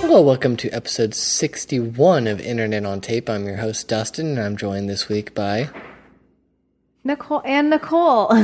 Hello, welcome to episode 61 of Internet on Tape. I'm your host, Dustin, and I'm joined this week by Nicole and Nicole.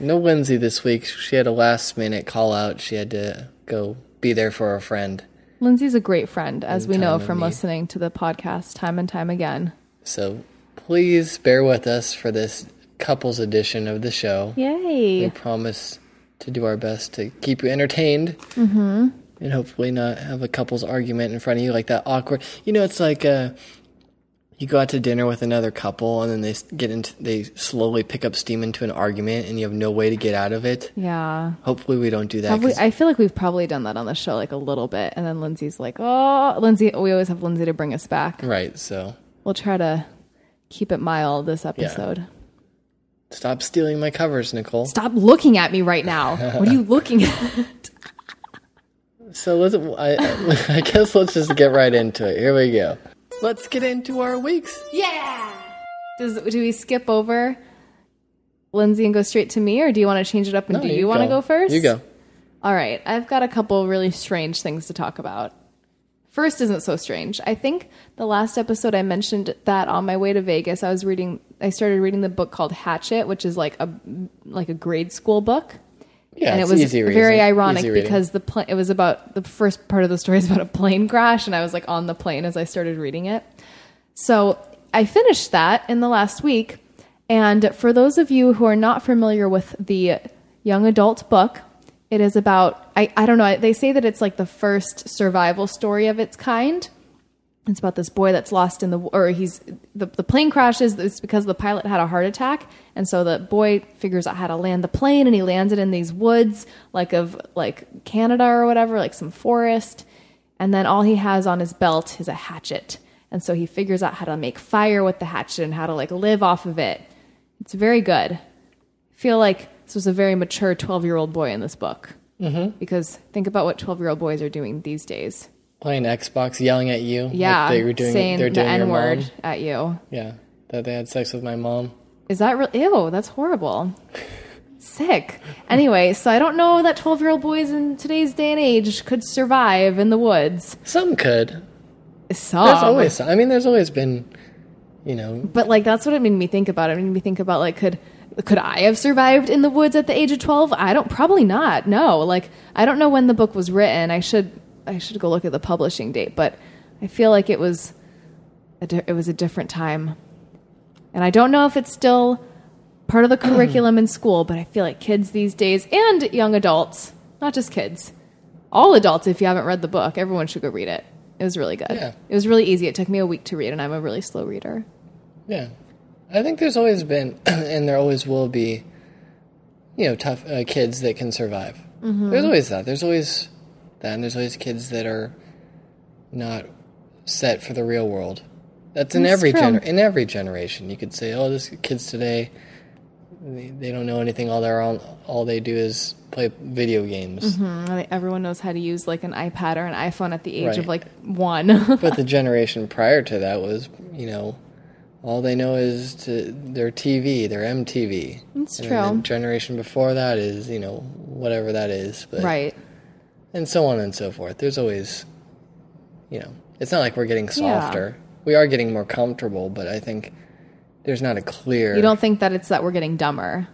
no Lindsay this week. She had a last minute call out. She had to go be there for a friend. Lindsay's a great friend, as we know of from need. listening to the podcast time and time again. So please bear with us for this couples edition of the show. We Yay. promise to do our best to keep you entertained Mm-hmm. and hopefully not have a couple's argument in front of you like that awkward. You know, it's like uh, you go out to dinner with another couple and then they s- get into they slowly pick up steam into an argument and you have no way to get out of it. Yeah. Hopefully, we don't do that. Have we, 'cause- I feel like we've probably done that on the show like a little bit. And then Lindsay's like, oh, Lindsay, we always have Lindsay to bring us back. right, so We'll try to keep it mild this episode. stop stealing my covers, Nicole. Stop looking at me right now. What are you looking at? So let's. I, I guess let's just get right into it. Here we go. Let's get into our weeks. Does, do we skip over Lindsay and go straight to me, or do you want to change it up and No, do you, want to go first? You go. All right, I've got a couple really strange things to talk about. First isn't so strange. I think the last episode I mentioned that on my way to Vegas, I was reading I started reading the book called Hatchet, which is like a like a grade school book. Yeah, and it's it was easy reading. very ironic Easy reading. because the pla- it was about the first part of the story is about a plane crash and I was like on the plane as I started reading it. So I finished that in the last week. And for those of you who are not familiar with the young adult book, it is about, I, I don't know, they say that it's like the first survival story of its kind. It's about this boy that's lost in the, or he's, the, the plane crashes. It's because the pilot had a heart attack. And so the boy figures out how to land the plane and he lands it in these woods, like of, like Canada or whatever, like some forest. And then all he has on his belt is a hatchet. And so he figures out how to make fire with the hatchet and how to like live off of it. It's very good. I feel like this was a very mature 12 year old boy in this book. Mm-hmm. Because think about what 12 year old boys are doing these days. playing Xbox, yelling at you. like Yeah. they were doing. saying they're doing the your N mom. word at you. Yeah, that they had sex with my mom. Is that real? Ew, that's horrible. Sick. Anyway, so I don't know that 12 year old boys in today's day and age could survive in the woods. Some could. Some. There's always. I mean, there's always been. You know, But like that's what it made me think about. It made me think about like could could I have survived in the woods at the age of 12? I don't probably not. No. Like I don't know when the book was written. I should I should go look at the publishing date, but I feel like it was a di- it was a different time. And I don't know if it's still part of the curriculum in school, but I feel like kids these days and young adults, not just kids, all adults if you haven't read the book, everyone should go read it. It was really good. Yeah. It was really easy. It took me a week to read and I'm a really slow reader. yeah. I think there's always been, and there always will be. You know, tough uh, kids that can survive. Mm-hmm. There's always that. There's always that, and there's always kids that are not set for the real world. That's in That's every true. gener- in every generation. You could say, "Oh, this kids today, they, they don't know anything. All they're on, all they do is play video games." I think everyone knows how to use like an iPad or an iPhone at the age of Right. like one. But the generation prior to that was, you know, all they know is to their TV, their MTV. That's and then true. The generation before that is, you know, whatever that is, but right. and so on and so forth. There's always, you know, it's not like we're getting softer. We are getting more comfortable, but I think there's not a clear. You don't think that it's that we're getting dumber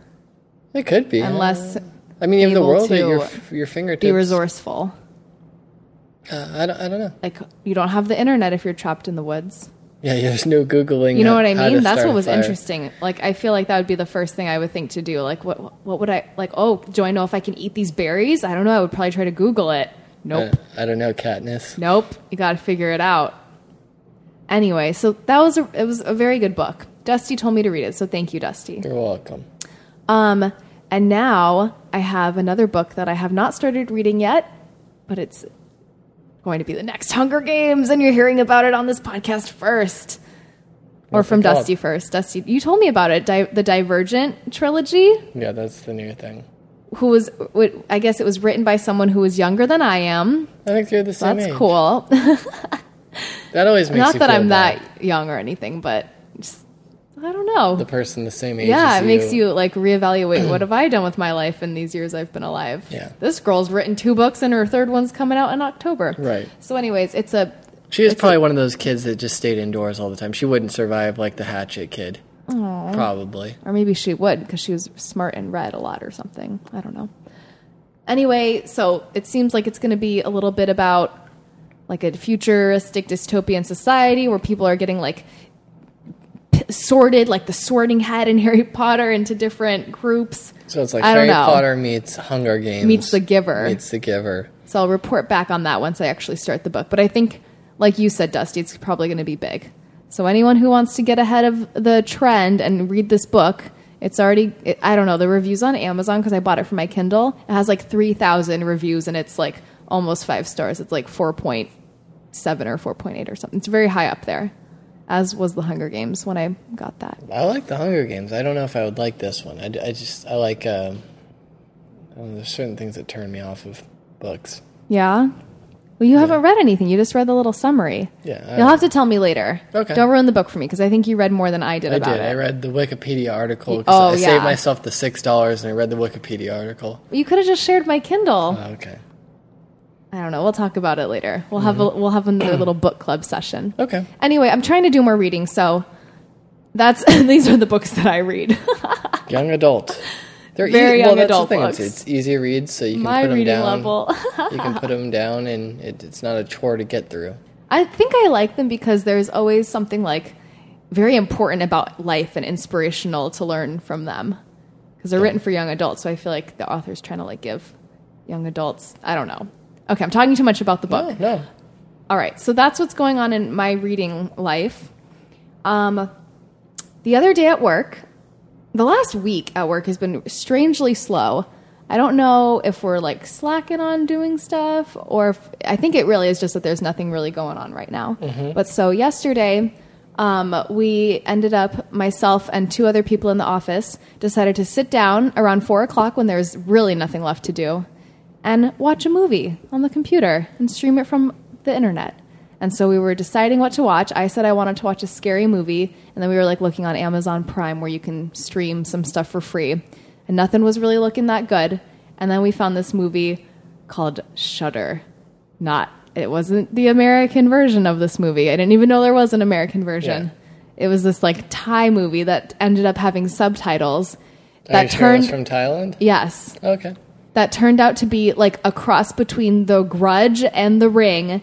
It could be unless I mean, you have the able world at your to f- your fingertips. be resourceful. Uh, I don't. I don't know. Like you don't have the internet if you're trapped in the woods. Yeah, yeah. There's no googling. You know how- what I how to mean? That's start a what was fire. interesting. Like I feel like that would be the first thing I would think to do. Like what what would I like, oh, do I know if I can eat these berries? I don't know. I would probably try to Google it. Nope. Uh, I don't know, Katniss. Nope, you got to figure it out. Anyway, so that was a, it was a very good book. Dusty told me to read it, so thank you, Dusty. You're welcome. Um, and now I have another book that I have not started reading yet, but it's going to be the next Hunger Games, and you're hearing about it on this podcast first, or What's it from called? Dusty first. Dusty, you told me about it, Di- the Divergent trilogy Yeah, that's the new thing. who was w- i guess it was written by someone who was younger than i am I think you're the same that's age. cool That always makes not you that feel I'm bad. that young or anything, but just, I don't know. the person the same age. yeah, as it makes you like reevaluate what have I done with my life in these years I've been alive. Yeah. This girl's written two books and her third one's coming out in October. Right. So anyways, it's a She was probably one of those kids that just stayed indoors all the time. She wouldn't survive like the Hatchet kid. Probably. or maybe she would because she was smart and read a lot or something. I don't know. Anyway, so it seems like it's going to be a little bit about like a futuristic dystopian society where people are getting like p- sorted, like the sorting hat in Harry Potter, into different groups. So it's like I don't Harry know. Potter meets Hunger Games. Meets the Giver. Meets the Giver. So I'll report back on that once I actually start the book. But I think, like you said, Dusty, it's probably going to be big. So anyone who wants to get ahead of the trend and read this book, it's already, it, I don't know, the reviews on Amazon, because I bought it for my Kindle, it has like 3,000 reviews and it's like almost five stars. It's like 4.7 or 4.8 or something. It's very high up there, as was The Hunger Games when I got that. I like the Hunger Games. I don't know if I would like this one. I, d- I just I like. Um, I don't know, there's certain things that turn me off of books. Yeah? Well, you haven't read anything. You just read the little summary. Yeah, I- You'll have to tell me later. Uh, Okay. Don't ruin the book for me because I think you read more than I did I about did. it. I read the Wikipedia article. 'cause Oh, I yeah. saved myself the six dollars and I read the Wikipedia article. You could have just shared my Kindle. Okay. I don't know. We'll talk about it later. We'll have Mm-hmm. a, we'll have another little book club session. Okay. Anyway, I'm trying to do more reading, so that's these are the books that I read. Young adult. They're Very young that's the adult thing, it's- books. It's, easy to read, so you can my put them reading down. level. you can put them down, and it, it's not a chore to get through. I think I like them because there's always something like very important about life and inspirational to learn from them because they're written for young adults. So I feel like the author's trying to like give young adults. I don't know. Okay, I'm talking too much about the book. Oh, no. All right, so that's what's going on in my reading life. Um, the other day at work, the last week at work has been strangely slow. I don't know if we're like slacking on doing stuff or if I think it really is just that there's nothing really going on right now. But so yesterday, um, we ended up, myself and two other people in the office, decided to sit down around four o'clock when there's really nothing left to do and watch a movie on the computer and stream it from the internet. And so we were deciding what to watch. I said I wanted to watch a scary movie, and then we were like looking on Amazon Prime where you can stream some stuff for free. And nothing was really looking that good. And then we found this movie called Shudder. Not it wasn't the American version of this movie. I didn't even know there was an American version. It was this like Thai movie that ended up having subtitles Are Oh, you that sure it was turned from Thailand. yes Okay. that turned out to be like a cross between the grudge and the ring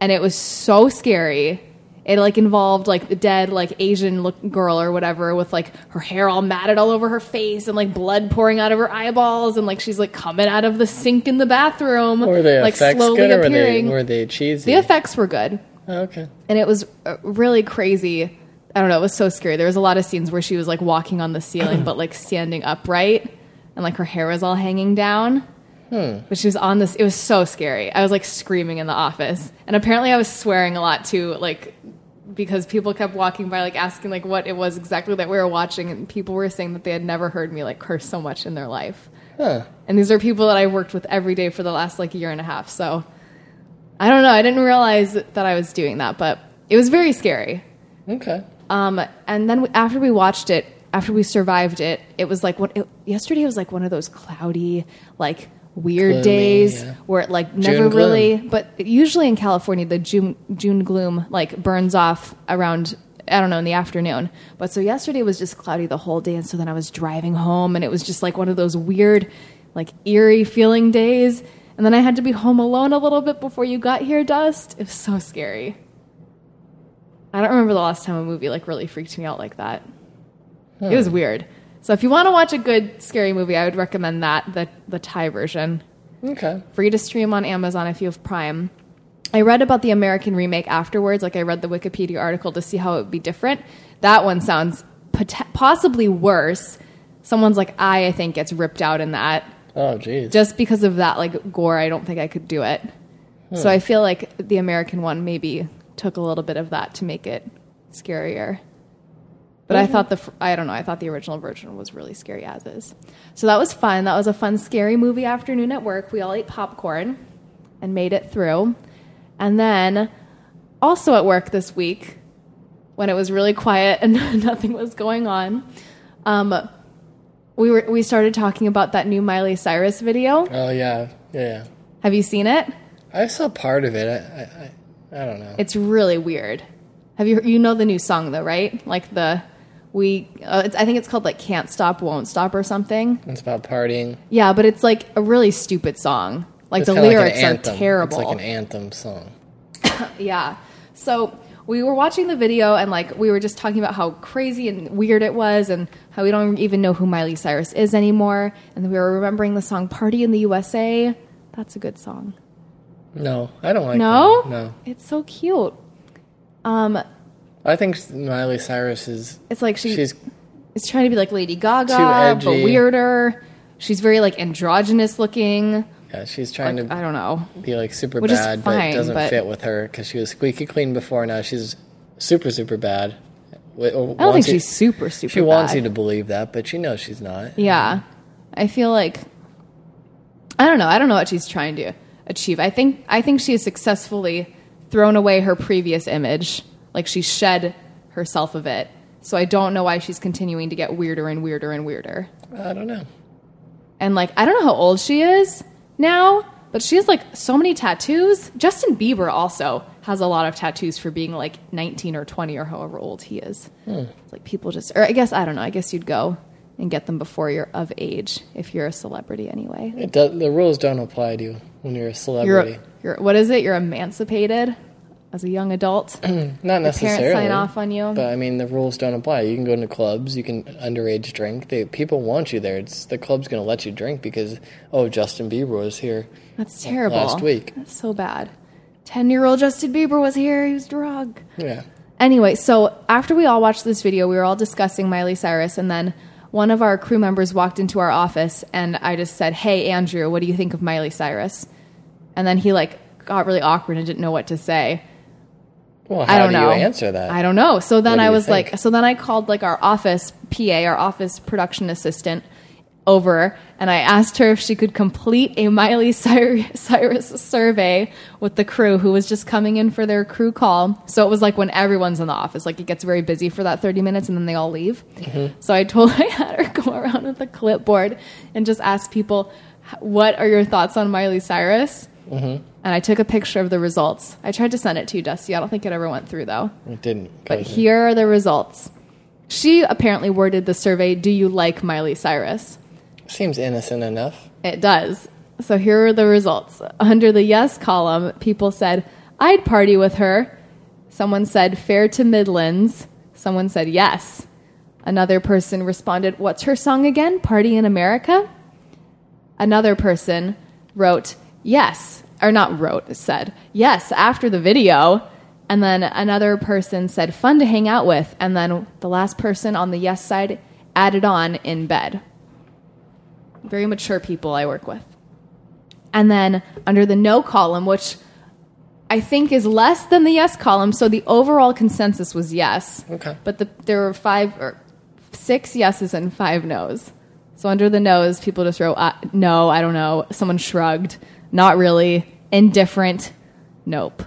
and it was so scary it like involved like the dead like asian look girl or whatever with like her hair all matted all over her face and like blood pouring out of her eyeballs and like she's like coming out of the sink in the bathroom Were the like effects slowly good, or were they appearing were they cheesy? the effects were good Oh, okay. and it was uh, really crazy. I don't know, it was so scary. There was a lot of scenes where she was like walking on the ceiling, but like standing upright, and like her hair was all hanging down. But she was on this. It was so scary. I was like screaming in the office, and apparently I was swearing a lot too, like because people kept walking by, like asking like what it was exactly that we were watching, and people were saying that they had never heard me like curse so much in their life. Huh. And these are people that I worked with every day for the last like year and a half. So I don't know. I didn't realize that I was doing that, but it was very scary. Okay. Um, and then after we watched it, after we survived it, it was like what it, yesterday was like one of those cloudy, like weird Gloomy, days yeah. where it like never June gloom. really. But usually in California, the June June gloom like burns off around I don't know in the afternoon. But so yesterday was just cloudy the whole day, and so then I was driving home, and it was just like one of those weird, like eerie feeling days. And then I had to be home alone a little bit before you got here, Dust. It was so scary. I don't remember the last time a movie like really freaked me out like that. It Hmm. was weird. So if you want to watch a good scary movie, I would recommend that the the Thai version. Okay. Free to stream on Amazon if you have Prime. I read about the American remake afterwards. Like I read the Wikipedia article to see how it would be different. That one sounds pot- possibly worse. Someone's like eye, I think, gets ripped out in that Oh, jeez. just because of that like gore i don't think i could do it so i feel like the american one maybe took a little bit of that to make it scarier but i thought the fr- i don't know i thought the original version was really scary as is so that was fun that was a fun scary movie afternoon at work we all ate popcorn and made it through and then also at work this week when it was really quiet and nothing was going on. Um, we were we started talking about that new Miley Cyrus video. Oh yeah, yeah. yeah. Have you seen it? I saw part of it. I, I, I, I don't know. It's really weird. Have you you know the new song though, right? Like the we uh, it's, I think it's called like Can't Stop Won't Stop or something. It's about partying. Yeah, but it's like a really stupid song. Like It's the kinda like an lyrics are anthem. terrible. It's like an anthem song. Yeah. So we were watching the video and like we were just talking about how crazy and weird it was and how we don't even know who Miley Cyrus is anymore. And we were remembering the song Party in the USA. That's a good song. No, I don't like. No? that. no. It's so cute. Um, I think Miley Cyrus is. it's like she, She's she's is trying to be like Lady Too Gaga, edgy. but weirder. She's very like androgynous looking. yeah, she's Like, trying to I don't know. be like super Which is bad, fine, but doesn't but- fit with her because she was squeaky clean before. Now she's super super bad. I don't I don't think she's super super. She wants bad. you to believe that, but she knows she's not. Yeah. I feel like I don't know. I don't know what she's trying to achieve. I think I think she has successfully thrown away her previous image. Like she shed herself of it. So I don't know why she's continuing to get weirder and weirder and weirder. I don't know. And like I don't know how old she is now, but she has like so many tattoos. Justin Bieber also has a lot of tattoos for being like 19 or 20 or however old he is. Hmm. It's like people just or I guess I don't know. I guess you'd go and get them before you're of age if you're a celebrity anyway. It does, the rules don't apply to you when you're a You're, celebrity. you're what is it? You're emancipated as a young adult. not Parents necessarily. sign off on you. But I mean, the rules don't apply. You can go into clubs. You can underage drink. They, people want you there. It's the club's going to let you drink because oh, Justin Bieber was here. That's terrible. Last week. That's so bad. 10-year-old Justin Bieber was here. He was drunk. Yeah, Anyway, so after we all watched this video, we were all discussing Miley Cyrus, and then one of our crew members walked into our office, and I just said, "Hey, Andrew, what do you think of Miley Cyrus?" And then he like got really awkward and didn't know what to say. Well, I how don't do know. you answer that? I don't know. So What then do I you was like, think? so then I called like our office PA, our office production assistant, over, and I asked her if she could complete a Miley Cyr- Cyrus survey with the crew who was just coming in for their crew call. So it was like when everyone's in the office, like it gets very busy for that thirty minutes, and then they all leave. Mm-hmm. So I told I had her go around with a clipboard and just ask people, "What are your thoughts on Miley Cyrus?" Mm-hmm. and I took a picture of the results. I tried to send it to you, Dusty. I don't think it ever went through though. It didn't. But go here are the results. She apparently worded the survey, "Do you like Miley Cyrus?" there. seems innocent enough. It does. So here are the results. Under the yes column, people said, "I'd party with her." Someone said, "Fair to Midlands." Someone said, "Yes." Another person responded, "What's her song again? Party in America?" Another person wrote, yes, or not wrote, said, yes, after the video. And then another person said, fun to hang out with. And then the last person on the yes side added on in bed. Very mature people I work with. And then under the no column, which I think is less than the yes column, so the overall consensus was yes. Okay. But the, there were five or six yeses and five nos. So under the nos, people just wrote uh, no, I don't know. Someone shrugged, not really, indifferent, nope.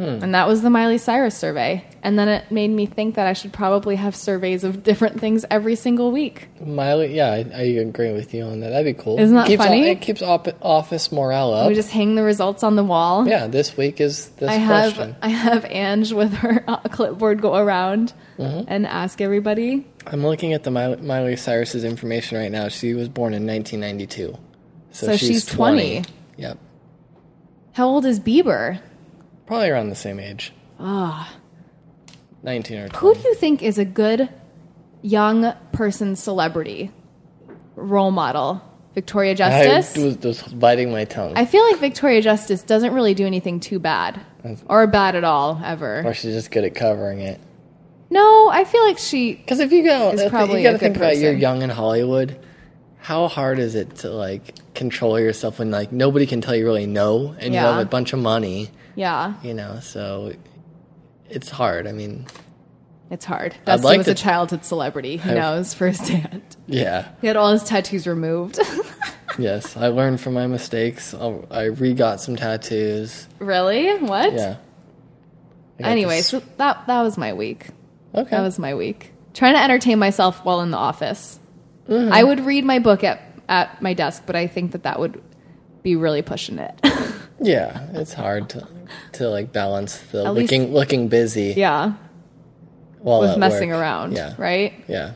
And that was the Miley Cyrus survey. And then it made me think that I should probably have surveys of different things every single week. Miley, yeah, I, I agree with you on that. That'd be cool. Isn't that keeps, funny? It keeps op- office morale up. We just hang the results on the wall. yeah, this week is this I have question. I have Ange with her uh, clipboard go around Mm-hmm. and ask everybody. I'm looking at the Miley, Miley Cyrus's information right now. She was born in 1992, so, So she's 20. Yep, How old is Bieber? probably around the same age. Ah, 19 or 20. Who do you think is a good young person celebrity role model? Victoria I Justice? I, was, was biting my tongue, feel like Victoria Justice doesn't really do anything too bad or bad at all ever. or she's just good at covering it. No, I feel like she Because if you go, Is if probably you got to a think good about you're person. young in Hollywood. How hard is it to like control yourself when like nobody can tell you really no, and you Yeah. have a bunch of money, yeah, you know? So it's hard. I mean, it's hard. I'd Dusty like was to- a childhood celebrity. He I've- knows firsthand. yeah, He had all his tattoos removed. yes. I learned from my mistakes. I'll, I re got some tattoos. really? What? Yeah, got anyway, this. so that that was my week. Okay. That was my week. Trying to entertain myself while in the office. Mm-hmm. I would read my book at at my desk, but I think that that would be really pushing it. yeah, it's hard to to like balance the At least- looking looking busy yeah, while with at messing work. around, Yeah. Uh-huh. right? Yeah.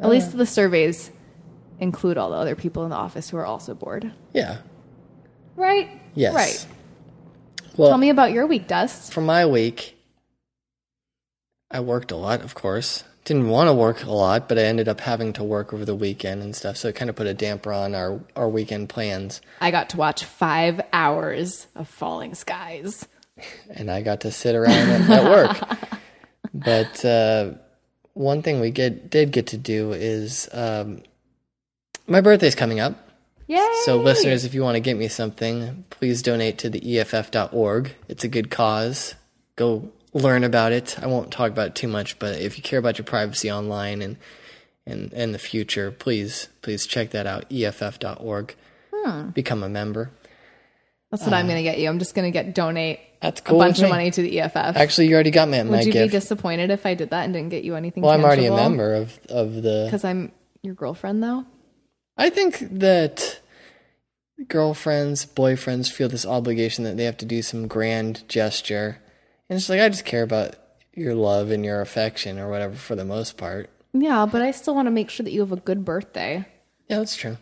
At least the surveys include all the other people in the office who are also bored. Yeah. Right? Yes. Right. Well, Tell me about your week, Dust. for my week, I worked a lot, of course. Didn't want to work a lot, but I ended up having to work over the weekend and stuff. So it kind of put a damper on our, our weekend plans. I got to watch five hours of Falling Skies. And I got to sit around at, at work. But uh, one thing we get, did get to do is um, my birthday's coming up. Yay! So, listeners, if you want to get me something, please donate to the E EFF.org. It's a good cause. Go learn about it. I won't talk about it too much, but if you care about your privacy online and and, and the future, please please check that out. E EFF.org. Hmm. Become a member. That's what Uh. I'm going to get you. I'm just going to get donate That's a cool. bunch with me. of money to the E EFF. Actually, you already got me my Would you gift. be disappointed if I did that and didn't get you anything? well, I'm already a member of of the. because I'm your girlfriend, though. I think that girlfriends, boyfriends feel this obligation that they have to do some grand gesture. And it's like, I just care about your love and your affection or whatever for the most part. Yeah, but I still want to make sure that you have a good birthday. Yeah, that's true.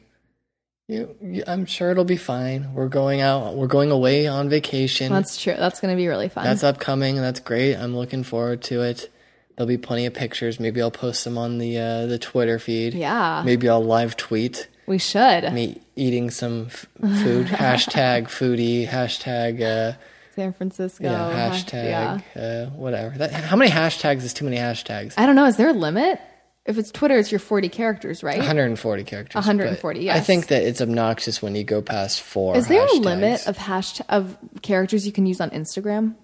You, you, I'm sure it'll be fine. We're going out, we're going away on vacation. That's, That's true. That's going to be really fun. upcoming. That's great. I'm looking forward to it. There'll be plenty of pictures. Maybe I'll post them on the uh, the Twitter feed. Yeah. Maybe I'll live tweet. we should. me eating some f- food. hashtag foodie. Hashtag uh, San Francisco. you know, hash- hashtag uh, whatever. That, how many hashtags is too many hashtags? I don't know. Is there a limit? If it's Twitter, it's your 40 characters, right? 140 characters. 140, but yes. I think that it's obnoxious when you go past four. Is there a hashtags. limit of hashtag of characters you can use on Instagram?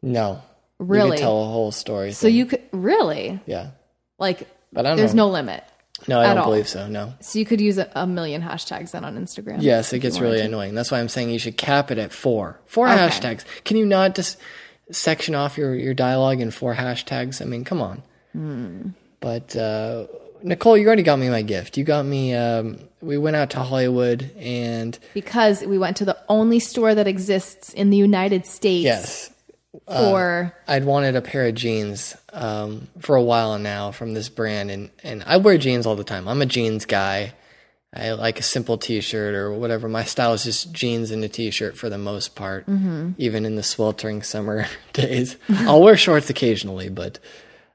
No. You Really? could tell a whole story. So you could really yeah, like. but I don't There's know. no limit. No, I at don't all. believe so. No. So you could use a, a million hashtags then on Instagram. Yes, it gets really annoying. That's why I'm saying you should cap it at four. Four hashtags. Can you not just section off your, your dialogue in four hashtags? I mean, come on. But uh, Nicole, you already got me my gift. You got me. Um, we went out to Hollywood, and Because we went to the only store that exists in the United States yes, uh, for I'd wanted a pair of jeans um, for a while now from this brand, and and I wear jeans all the time. I'm a jeans guy. I like a simple T-shirt or whatever. My style is just jeans and a T-shirt for the most part, even in the sweltering summer days. I'll wear shorts occasionally, but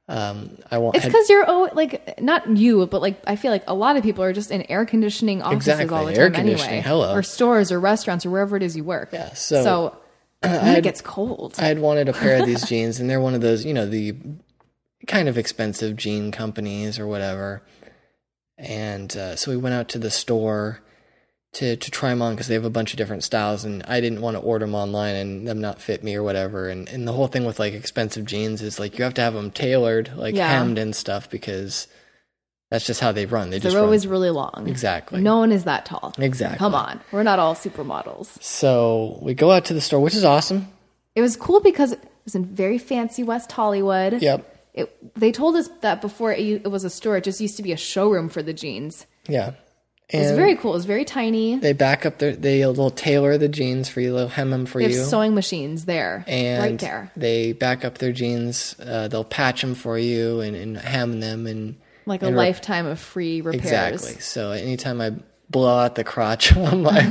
um, I want It's because you're oh, like not you, but like I feel like a lot of people are just in air conditioning offices Exactly, all the time air conditioning, anyway, hello. or stores or restaurants or wherever it is you work. Yeah, so- and then it gets cold. I had wanted a pair of these jeans, and they're one of those, you know, the kind of expensive jean companies or whatever. And uh, so we went out to the store to to try them on because they have a bunch of different styles, and I didn't want to order them online and them not fit me or whatever. And and the whole thing with like expensive jeans is like you have to have them tailored, like Yeah. hemmed and stuff, because that's just how they run. They the just row run. is really long. Exactly. No one is that tall. Exactly. Come on, we're not all supermodels. so we go out to the store, which is awesome. It was cool because it was in very fancy West Hollywood. Yep. It, they told us that before it, u- it was a store, it just used to be a showroom for the jeans. Yeah. It was And- very cool. It was very tiny. They back up their they will tailor the jeans for you, they'll hem them for They have you, sewing machines there, and right there, they back up their jeans. Uh, they'll patch them for you and, and hem them and like a lifetime of free repairs. exactly. So anytime I blow out the crotch on my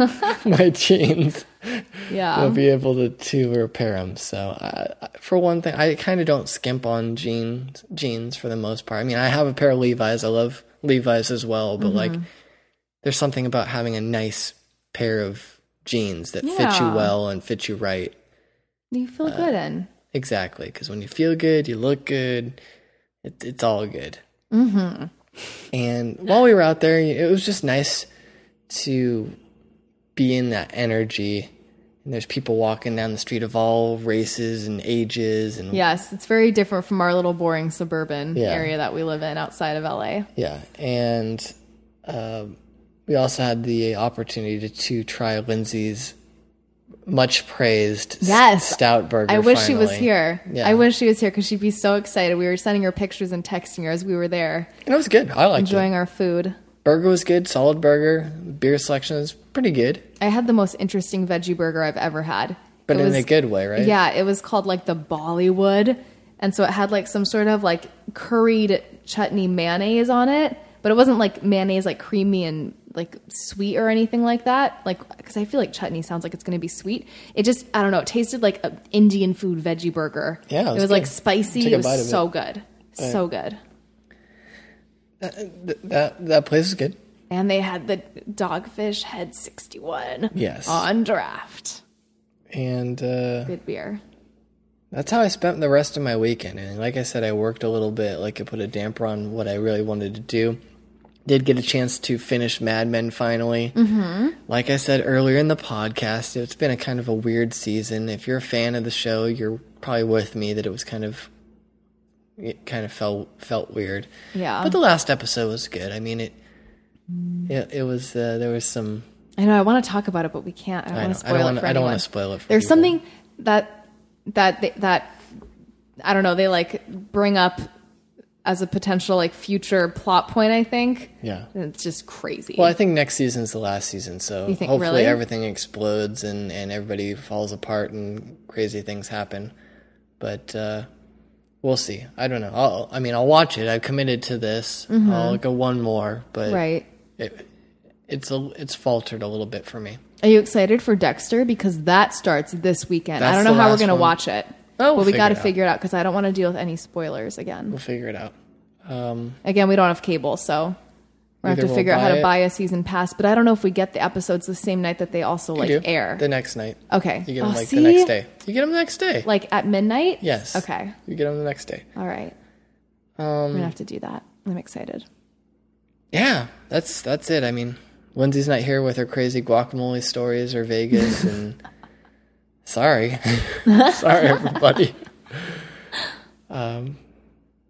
my jeans, Yeah. I'll be able to to repair them. So I, I- for one thing, I kind of don't skimp on jeans jeans for the most part. I mean, I have a pair of Levi's. I love Levi's as well, Mm-hmm. but like there's something about having a nice pair of jeans that fit you Yeah. well and fit you right. You feel good in. Exactly, because when you feel good, you look good. It, it's all good. Mm-hmm. And while we were out there, it was just nice to be in that energy. And there's people walking down the street of all races and ages, and yeah, Yes, it's very different from our little boring suburban Yeah. area that we live in outside of LA. and um we also had the opportunity to, to try Lindsay's much praised s- Yes. stout burger. I wish she was finally. here. Yeah. I wish she was here because she'd be so excited. We were sending her pictures and texting her as we were there And it was good. I liked enjoying our food. it. Burger was good, solid burger. Beer selection is pretty good, I had the most interesting veggie burger I've ever had. but It in was- a good way, right? Yeah, it was called like the Bollywood. And so it had like some sort of like curried chutney mayonnaise on it, but it wasn't like mayonnaise like creamy and like sweet or anything like that. Like cuz I feel like chutney sounds like it's going to be sweet. It just I don't know, it tasted like a Indian food veggie burger. Yeah, it It was, was like good. spicy. Took a It bite of was so good. So good. Th- that that place is good. And they had the dogfish head 61 Yes. on draft. And uh, Good beer. that's how I spent the rest of my weekend. And like I said, I worked a little bit. Like I put a damper on what I really wanted to do. Did get a chance to finish Mad Men finally. Mm-hmm. Like I said earlier in the podcast, it's been a kind of a weird season. If you're a fan of the show, you're probably with me that it was kind of it kind of felt felt weird. Yeah. But the last episode was good. I mean it. It, it was uh, there was some. I know I want to talk about it, but we can't. I I, don't want know, to I spoil don't it want. for I don't anyone. want to spoil it. For There's people. something that that they, that I don't know. They like bring up as a potential like future plot point. I think. Yeah. And it's just crazy. Well, I think next season's the last season, so You think- hopefully really? everything explodes and, and everybody falls apart and crazy things happen. But uh, we'll see. I don't know. I'll, I mean, I'll watch it. I've committed to this. I'll go one more, but Mm-hmm. Right. it, it's a, it's faltered a little bit for me. Are you excited for Dexter because that starts this weekend? I That's don't know the how we're last gonna one. watch it. Oh, we'll but we figure got to it out. figure it out because I don't want to deal with any spoilers again. We'll figure it out. Again, we don't have cable, so we have Either to we'll figure out how buy to it- buy a season pass. But I don't know if we get the episodes the same night that they also like You do? air. the next night. okay, You get them Oh, like see? the next day. You get them the next day. like at midnight. yes. Okay. You get them the next day. All right. Um, I'm gonna have to do that. I'm excited. Yeah, that's that's it. I mean, Lindsay's not here with her crazy guacamole stories or Vegas, and sorry, sorry everybody.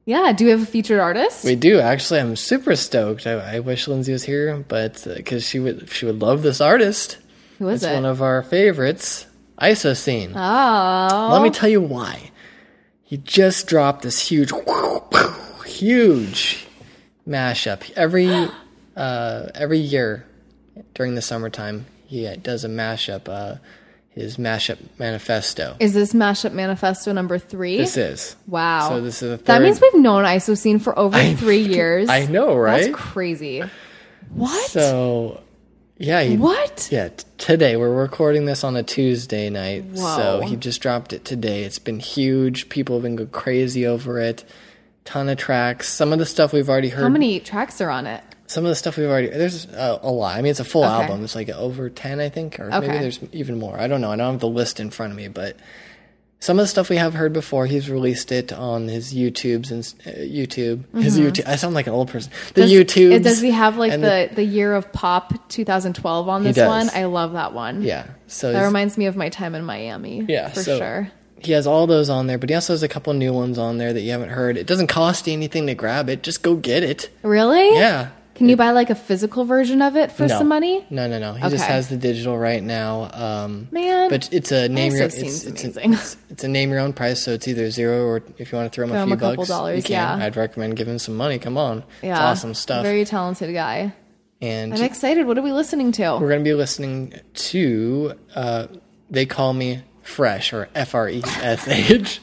Yeah. Do we have a featured artist? We do actually. I'm super stoked. I, I wish Lindsay was here, but because she would she would love this artist. Who is it's it? one of our favorites, Isocene. oh. Let me tell you why. He just dropped this huge, huge mashup. Every uh, every year during the summertime, he uh, does a mashup. Uh, his mashup manifesto. Is this mashup manifesto number three? This is wow. So this is the third. That means we've known Isocene for over three years. I know, right? That's crazy. What? So yeah, he, what? Yeah, t- today we're recording this on a Tuesday night. So Whoa. he just dropped it today. It's been huge. People have been go crazy over it. Ton of tracks. Some of the stuff we've already heard. How many tracks are on it? Some of the stuff we've already there's a, a lot. I mean, it's a full Okay. album. It's like over ten, I think, or Okay. maybe there's even more. I don't know. I don't have the list in front of me, but some of the stuff we have heard before. He's released it on his YouTube's and s- uh, YouTube. His YouTube. I sound like an old person. The YouTube's. YouTube. Mm-hmm. Does he have like and the, the year of pop 2012 on this does. one? I love that one. yeah? So That he's- reminds me of my time in Miami. Yeah, For so- sure. He has all those on there, but he also has a couple new ones on there that you haven't heard. It doesn't cost you anything to grab it. Just go get it. Really? Yeah. Can you buy like a physical version of it for no. some money? No, no, no. He just Okay. has the digital right now. Um, Man, but it's a name ISO your seems it's, it's, an- amazing. it's, it's a name your own price, so it's either zero or if you want to throw him Throw a him few a couple bucks, you dollars, can. yeah. I'd recommend giving some money. Come on, Yeah. it's awesome stuff. Very talented guy. and I'm excited. What are we listening to? we're gonna be listening to uh, "They Call Me Fresh" or F R E S H.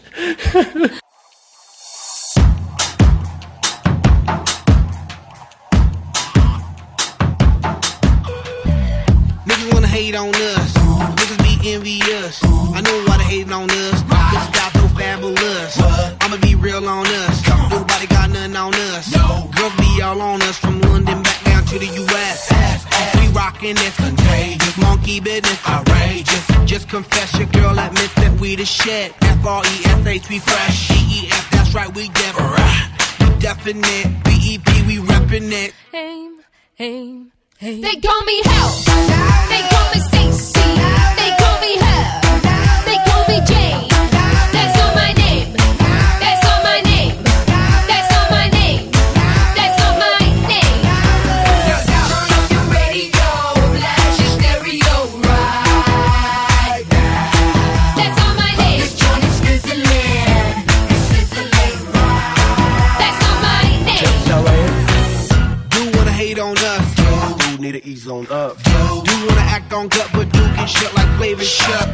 Niggas wanna hate on us. Niggas be envious. I know why they hating on us. Bitches got no fabulous. I'ma be real on us. Nobody got nothing on us. Girls be all on us from London back down to the US. We rockin' this contagious. Monkey business outrageous. Just confess your girl admits that we the shit. F R E S H, we fresh. E E F, that's right, we deaf. We definite. B E P, we reppin' it. aim, aim, aim. They call me help. They call me Stacy. They call me Hell. They call me Jane. That's not my name. That's not my name. That's not my name. That's not my name. Turn up your radio, blast your stereo right now. strong gut, but Duke is shut like flavor shut.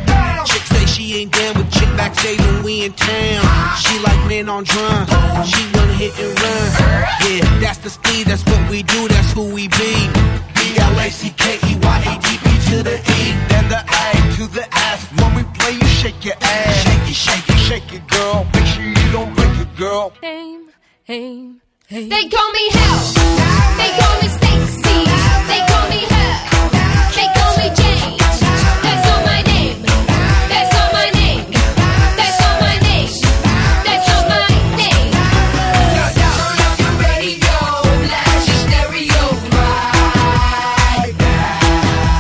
Chick say she ain't down with chick backstage when we in town. She like men on drum. She wanna hit and run. Yeah, that's the speed. That's what we do. That's who we be. B L A C K E Y A T P to the E, then the A to the S. When we play, you shake your ass. Shake it, shake it, shake it, girl. Make sure you don't break it, girl. Aim, aim, aim. They call me Hell. They call me Stacy. They call me her. They call me Jane. That's not my name. That's not my name. That's not my name. That's not my name. Turn up the radio, blast your stereo right now.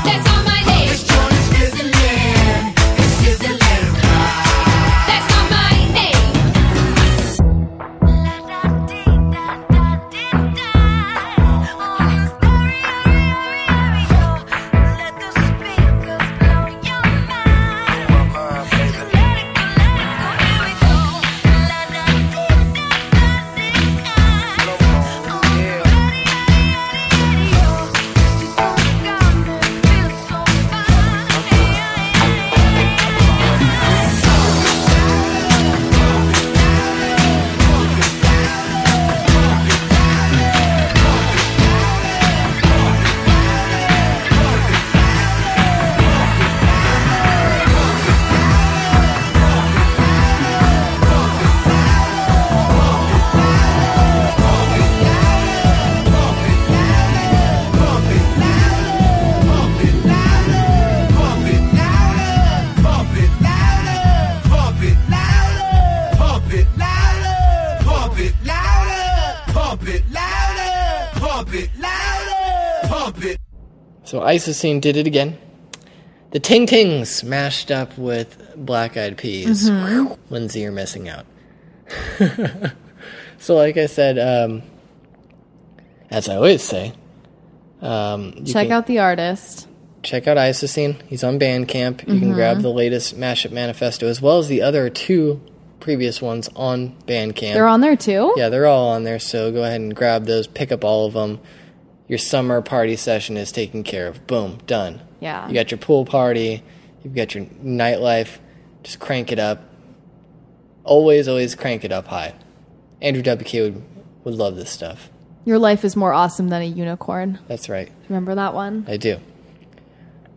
That's not my name. This joint is sizzling, it's sizzling right. That's not my name. So Isocene did it again. The Ting Tings mashed up with Black Eyed Peas. Mm-hmm. Lindsay, you're missing out. so, like I said, um, as I always say, um, you Check can out the artist. check out Isocene. He's on Bandcamp. You Mm-hmm. can grab the latest mashup manifesto as well as the other two previous ones on Bandcamp. They're on there too. Yeah, they're all on there. So go ahead and grab those, pick up all of them. Your summer party session is taken care of. Boom, done. Yeah. You got your pool party, you've got your nightlife. Just crank it up. Always, always crank it up high. Andrew WK would, would love this stuff. Your life is more awesome than a unicorn. That's right. Remember that one? I do.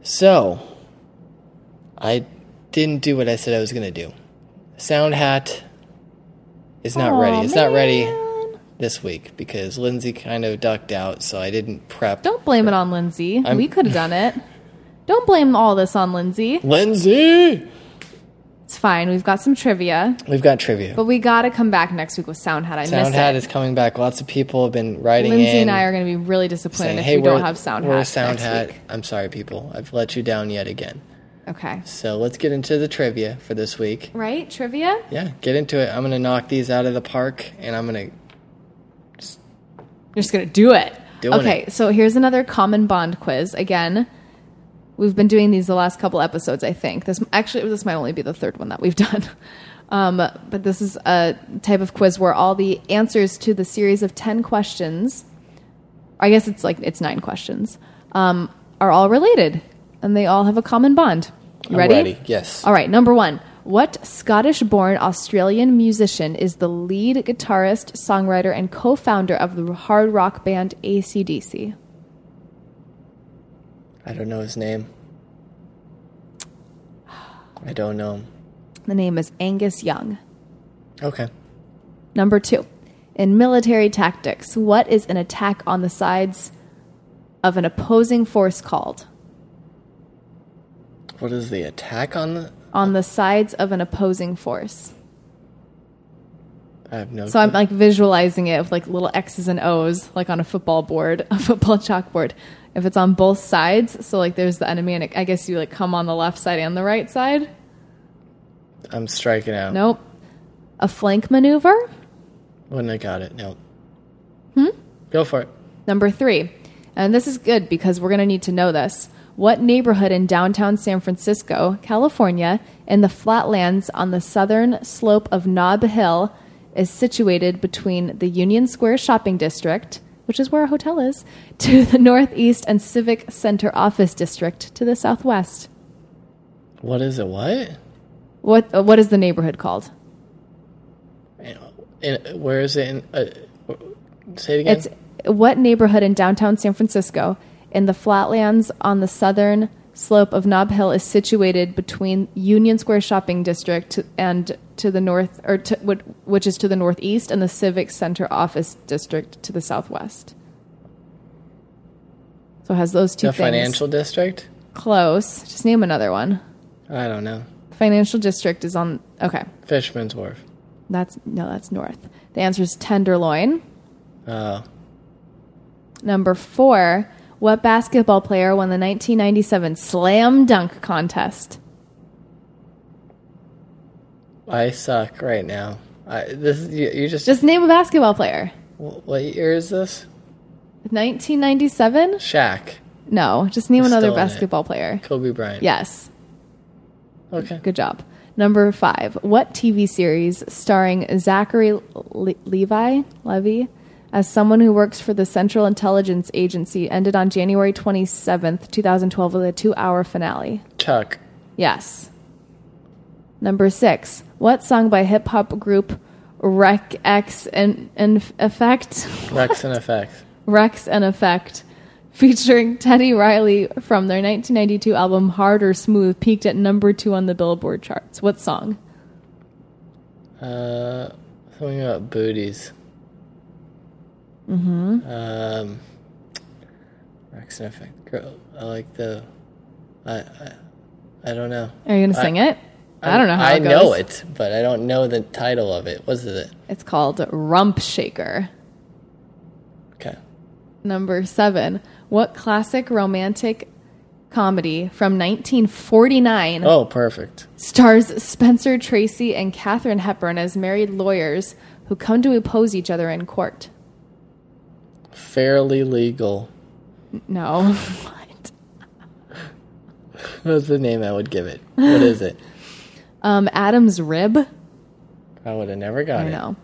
So, I didn't do what I said I was going to do. Sound hat is not Aw, ready. It's not ready. man. this week because Lindsay kind of ducked out, so I didn't prep. Don't blame it on Lindsay. I'm- we could have done it. Don't blame all this on Lindsay. Lindsay! It's fine. We've got some trivia, We've got trivia. but we got to come back next week with Sound Hat. I Sound miss Hat it. is coming back. Lots of people have been writing Lindsay in and I are going to be really disappointed saying, if "Hey, we we're, don't have Sound we're Hat. a Sound next Hat. week." I'm sorry, people. I've let you down yet again. Okay. So let's get into the trivia for this week. Right? Trivia? Yeah, get into it. I'm gonna knock these out of the park, and I'm gonna. You're just going to do it. Doing okay, so here's another common bond quiz. Again, we've been doing these the last couple episodes, I think. This actually this might only be the third one that we've done. Um, but this is a type of quiz where all the answers to the series of 10 questions, I guess it's like it's 9 questions, um, are all related and they all have a common bond. You I'm ready? ready. Yes. All right, number 1. What Scottish born Australian musician is the lead guitarist, songwriter, and co founder of the hard rock band ACDC? I don't know his name. I don't know. him. The name is Angus Young. Okay. Number two, in military tactics, what is an attack on the sides of an opposing force called? What is the attack on the? On the sides of an opposing force. I have no. So I'm like visualizing it with like little X's and O's, like on a football board, a football chalkboard. If it's on both sides, so like there's the enemy, and I guess you like come on the left side and the right side. I'm striking out. Nope. A flank maneuver. Wouldn't have got it. No. Hmm? Go for it. Number three, and this is good because we're going to need to know this. What neighborhood in downtown San Francisco, California, in the flatlands on the southern slope of Nob Hill is situated between the Union Square Shopping District, which is where our hotel is, to the Northeast and Civic Center Office District to the Southwest. What is it? What? What uh, what is the neighborhood called? In, where is it? In, uh, say it again. It's what neighborhood in downtown San Francisco in the flatlands on the southern slope of Nob Hill is situated between Union Square Shopping District and to the north, or to, what- which is to the northeast, and the Civic Center Office District to the southwest. So it has those two the things. financial district. close. Just name another one. I don't know. Financial district is on. Okay, Fisherman's Wharf. that's no, that's north. The answer is Tenderloin. Oh, Number four, what basketball player won the 1997 slam dunk contest? I suck right now. I, this is- you, you just, Just name a basketball player. Wh- what year is this? 1997? Shaq, No, just name Still another in it. basketball player. Kobe Bryant. Yes, Okay. good job. Number five, what TV series starring Zachary Le- Levi Levy as someone who works for the Central Intelligence Agency ended on January 27th, 2012, with a two hour finale? Chuck. Yes. Number six. What song by hip hop group Rex X and, and Effect? Rex and Effects. Rex and Effect, featuring Teddy Riley from their 1992 album Hard or Smooth, peaked at number two on the Billboard charts. What song? Uh, something about booties. Mm-hmm. Um, Rex and Effect. Girl, I like the. I, I, I don't know. Are you going to sing it? I, don't know how I it goes. know it, but I don't know the title of it. What is it? It's called Rump Shaker. Okay. Number seven. What classic romantic comedy from 1949 Oh, perfect. stars Spencer Tracy and Katharine Hepburn as married lawyers who come to oppose each other in court. Fairly legal. No. what? That's the name I would give it. What is it? Um, Adam's Rib? I would have never got I it. know.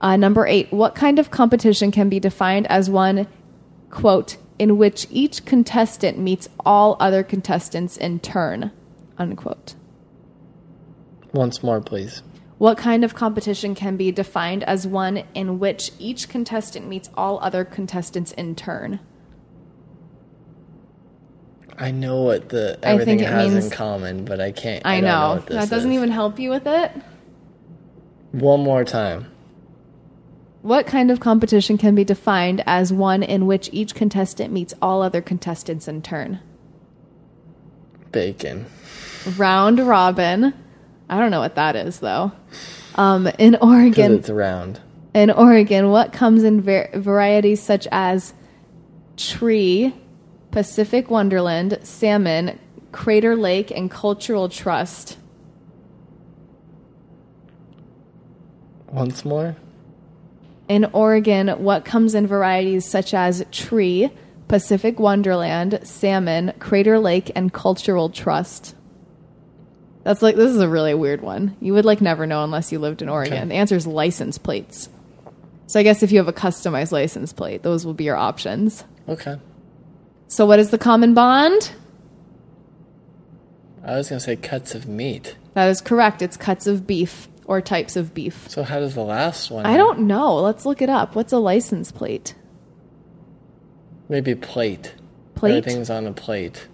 Uh, number eight. What kind of competition can be defined as one, quote, in which each contestant meets all other contestants in turn, unquote? Once more, please. What kind of competition can be defined as one in which each contestant meets all other contestants in turn? I know what the I everything think it has means- in common, but I can't. I, don't know. what this that doesn't is. even help you with it. One more time. What kind of competition can be defined as one in which each contestant meets all other contestants in turn? Bacon. Round robin. I don't know what that is though. Um, in 'Cause Oregon, it's round. in Oregon, what comes in var- varieties such as tree, Pacific Wonderland, salmon, Crater Lake, and Cultural Trust? Once more. In Oregon, what comes in varieties such as tree, Pacific Wonderland, salmon, Crater Lake, and Cultural Trust? That's like, this is a really weird one. You would like never know unless you lived in Oregon. Okay. The answer is license plates. So I guess if you have a customized license plate, those will be your options. Okay. So what is the common bond? I was gonna say cuts of meat. That is correct. It's cuts of beef or types of beef. So how does the last one? I don't know. Let's look it up. What's a license plate? Maybe plate. Plate? Everything's on a plate.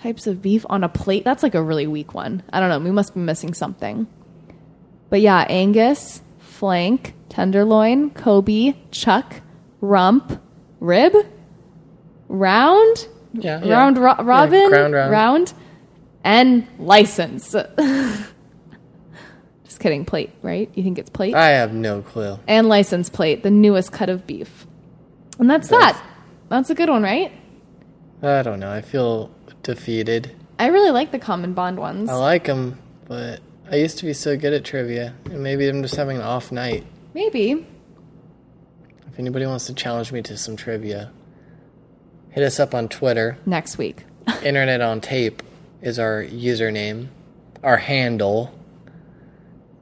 types of beef on a plate. That's like a really weak one. I don't know. We must be missing something. But yeah, Angus, flank, tenderloin, Kobe, chuck, rump, rib, round, Yeah. round ro- yeah. robin, Yeah, ground round. round, and license. Just kidding. Plate, right? You think it's plate? I have no clue. and license plate, the newest cut of beef. And that's That's- that. That's a good one, right? I don't know. I feel defeated. I really like the common bond ones. I like them, but I used to be so good at trivia, and maybe I'm just having an off night. Maybe. If anybody wants to challenge me to some trivia, hit us up on Twitter. next week. Internet on Tape is our username, our handle.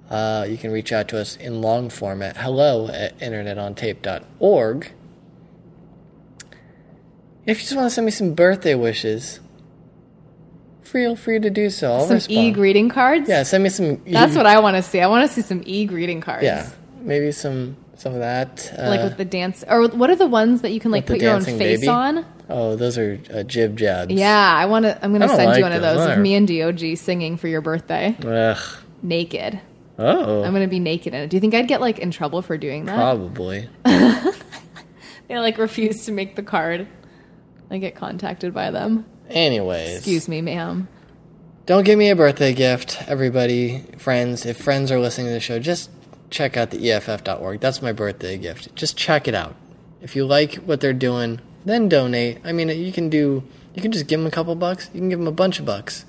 Uh, you can reach out to us in long form at hello at internetontape.org. If you just want to send me some birthday wishes, feel free to do so. I'll Some respond. e greeting cards. Yeah, send me some. e-, That's what I want to see. I want to see some e greeting cards. Yeah, maybe some some of that. Uh, Like with the dance, or what are the ones that you can like with the put your own dancing face baby? on? oh, those are uh, jib jabs. Yeah, I want to. I'm I gonna don't send like you one of those. those Those of are- me and Dog singing for your birthday, Ugh. naked. Oh, I'm gonna be naked in it. Do you think I'd get like in trouble for doing that? probably. They like refuse to make the card. I get contacted by them. Anyways, Excuse me, ma'am. Don't give me a birthday gift, everybody, friends. If friends are listening to the show, just check out the E EFF.org. That's my birthday gift. Just check it out. If you like what they're doing, then donate. I mean, you can do, you can just give them a couple bucks. You can give them a bunch of bucks.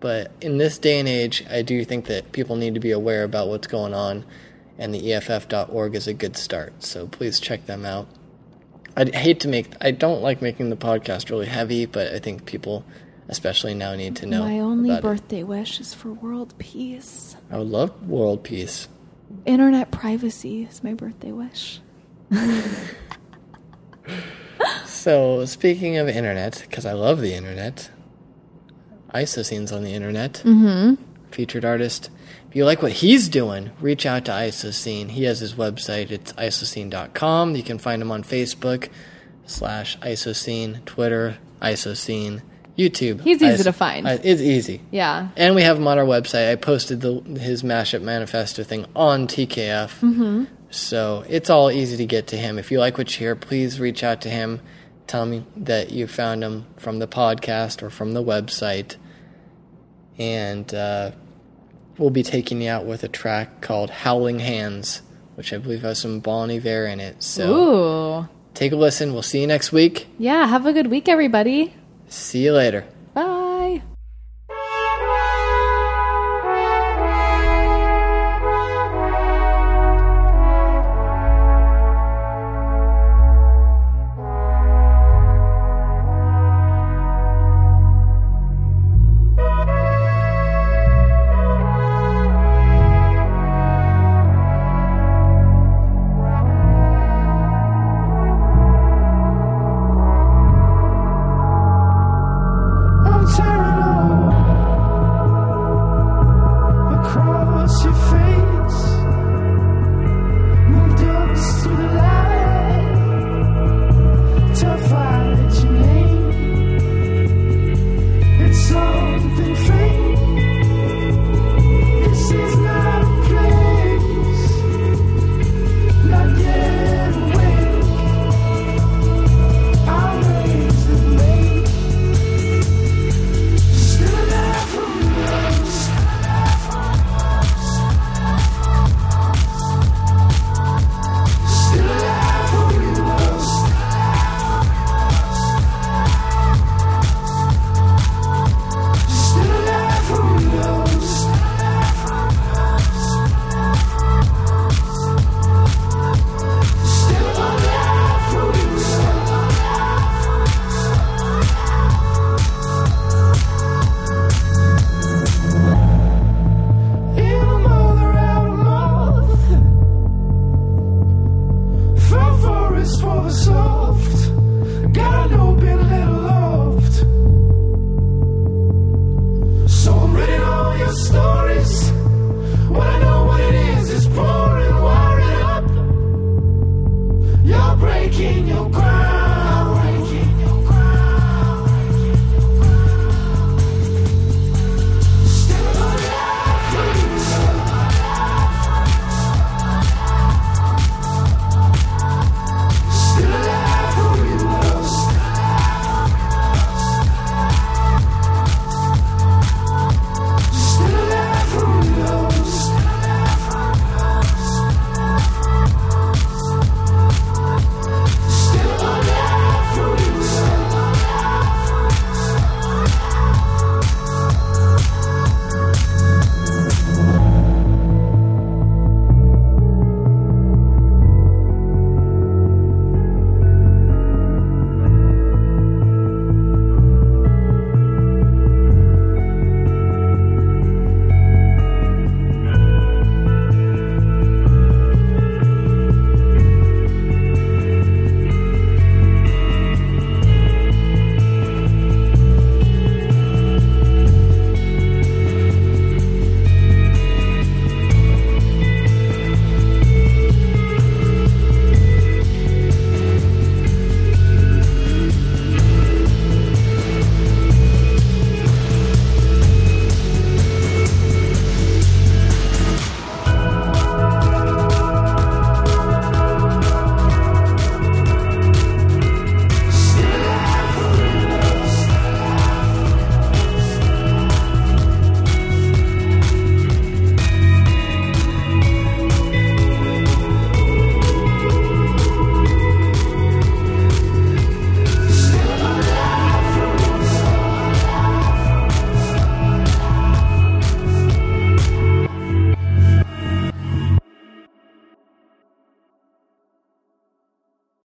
But in this day and age, I do think that people need to be aware about what's going on, and the E EFF.org is a good start. So please check them out. I hate to make, I don't like making the podcast really heavy, but I think people, especially now, need to know. My only about it. birthday wish is for world peace. I would love world peace. Internet privacy is my birthday wish. So, speaking of internet, because I love the internet, Isoscenes on the internet, mm-hmm. featured artist. If you like what he's doing, reach out to Isocene. He has his website. It's isocene.com. You can find him on Facebook, slash Isocene, Twitter, Isocene, YouTube. He's easy to find. I- it's easy. Yeah. And we have him on our website. I posted the, his mashup manifesto thing on TKF. Mm-hmm. So it's all easy to get to him. If you like what you hear, please reach out to him. Tell me that you found him from the podcast or from the website. And uh, we'll be taking you out with a track called Howling Hands, which I believe has some Bon Iver in it. So Ooh. take a listen. We'll see you next week. Yeah, have a good week, everybody. See you later. Bye. I'm terrible across your face. Moved up to the light. Tough I let your name. It's something fake. This is not a place. Not yet awake. I'll raise the blade. Still alive from love, still alive from love, still alive from love. Still alive from love, still alive from love, still alive from love, still alive from love. So I'm reading all your stories. Well, I know what it is. It's pouring, wiring up. You're breaking your ground.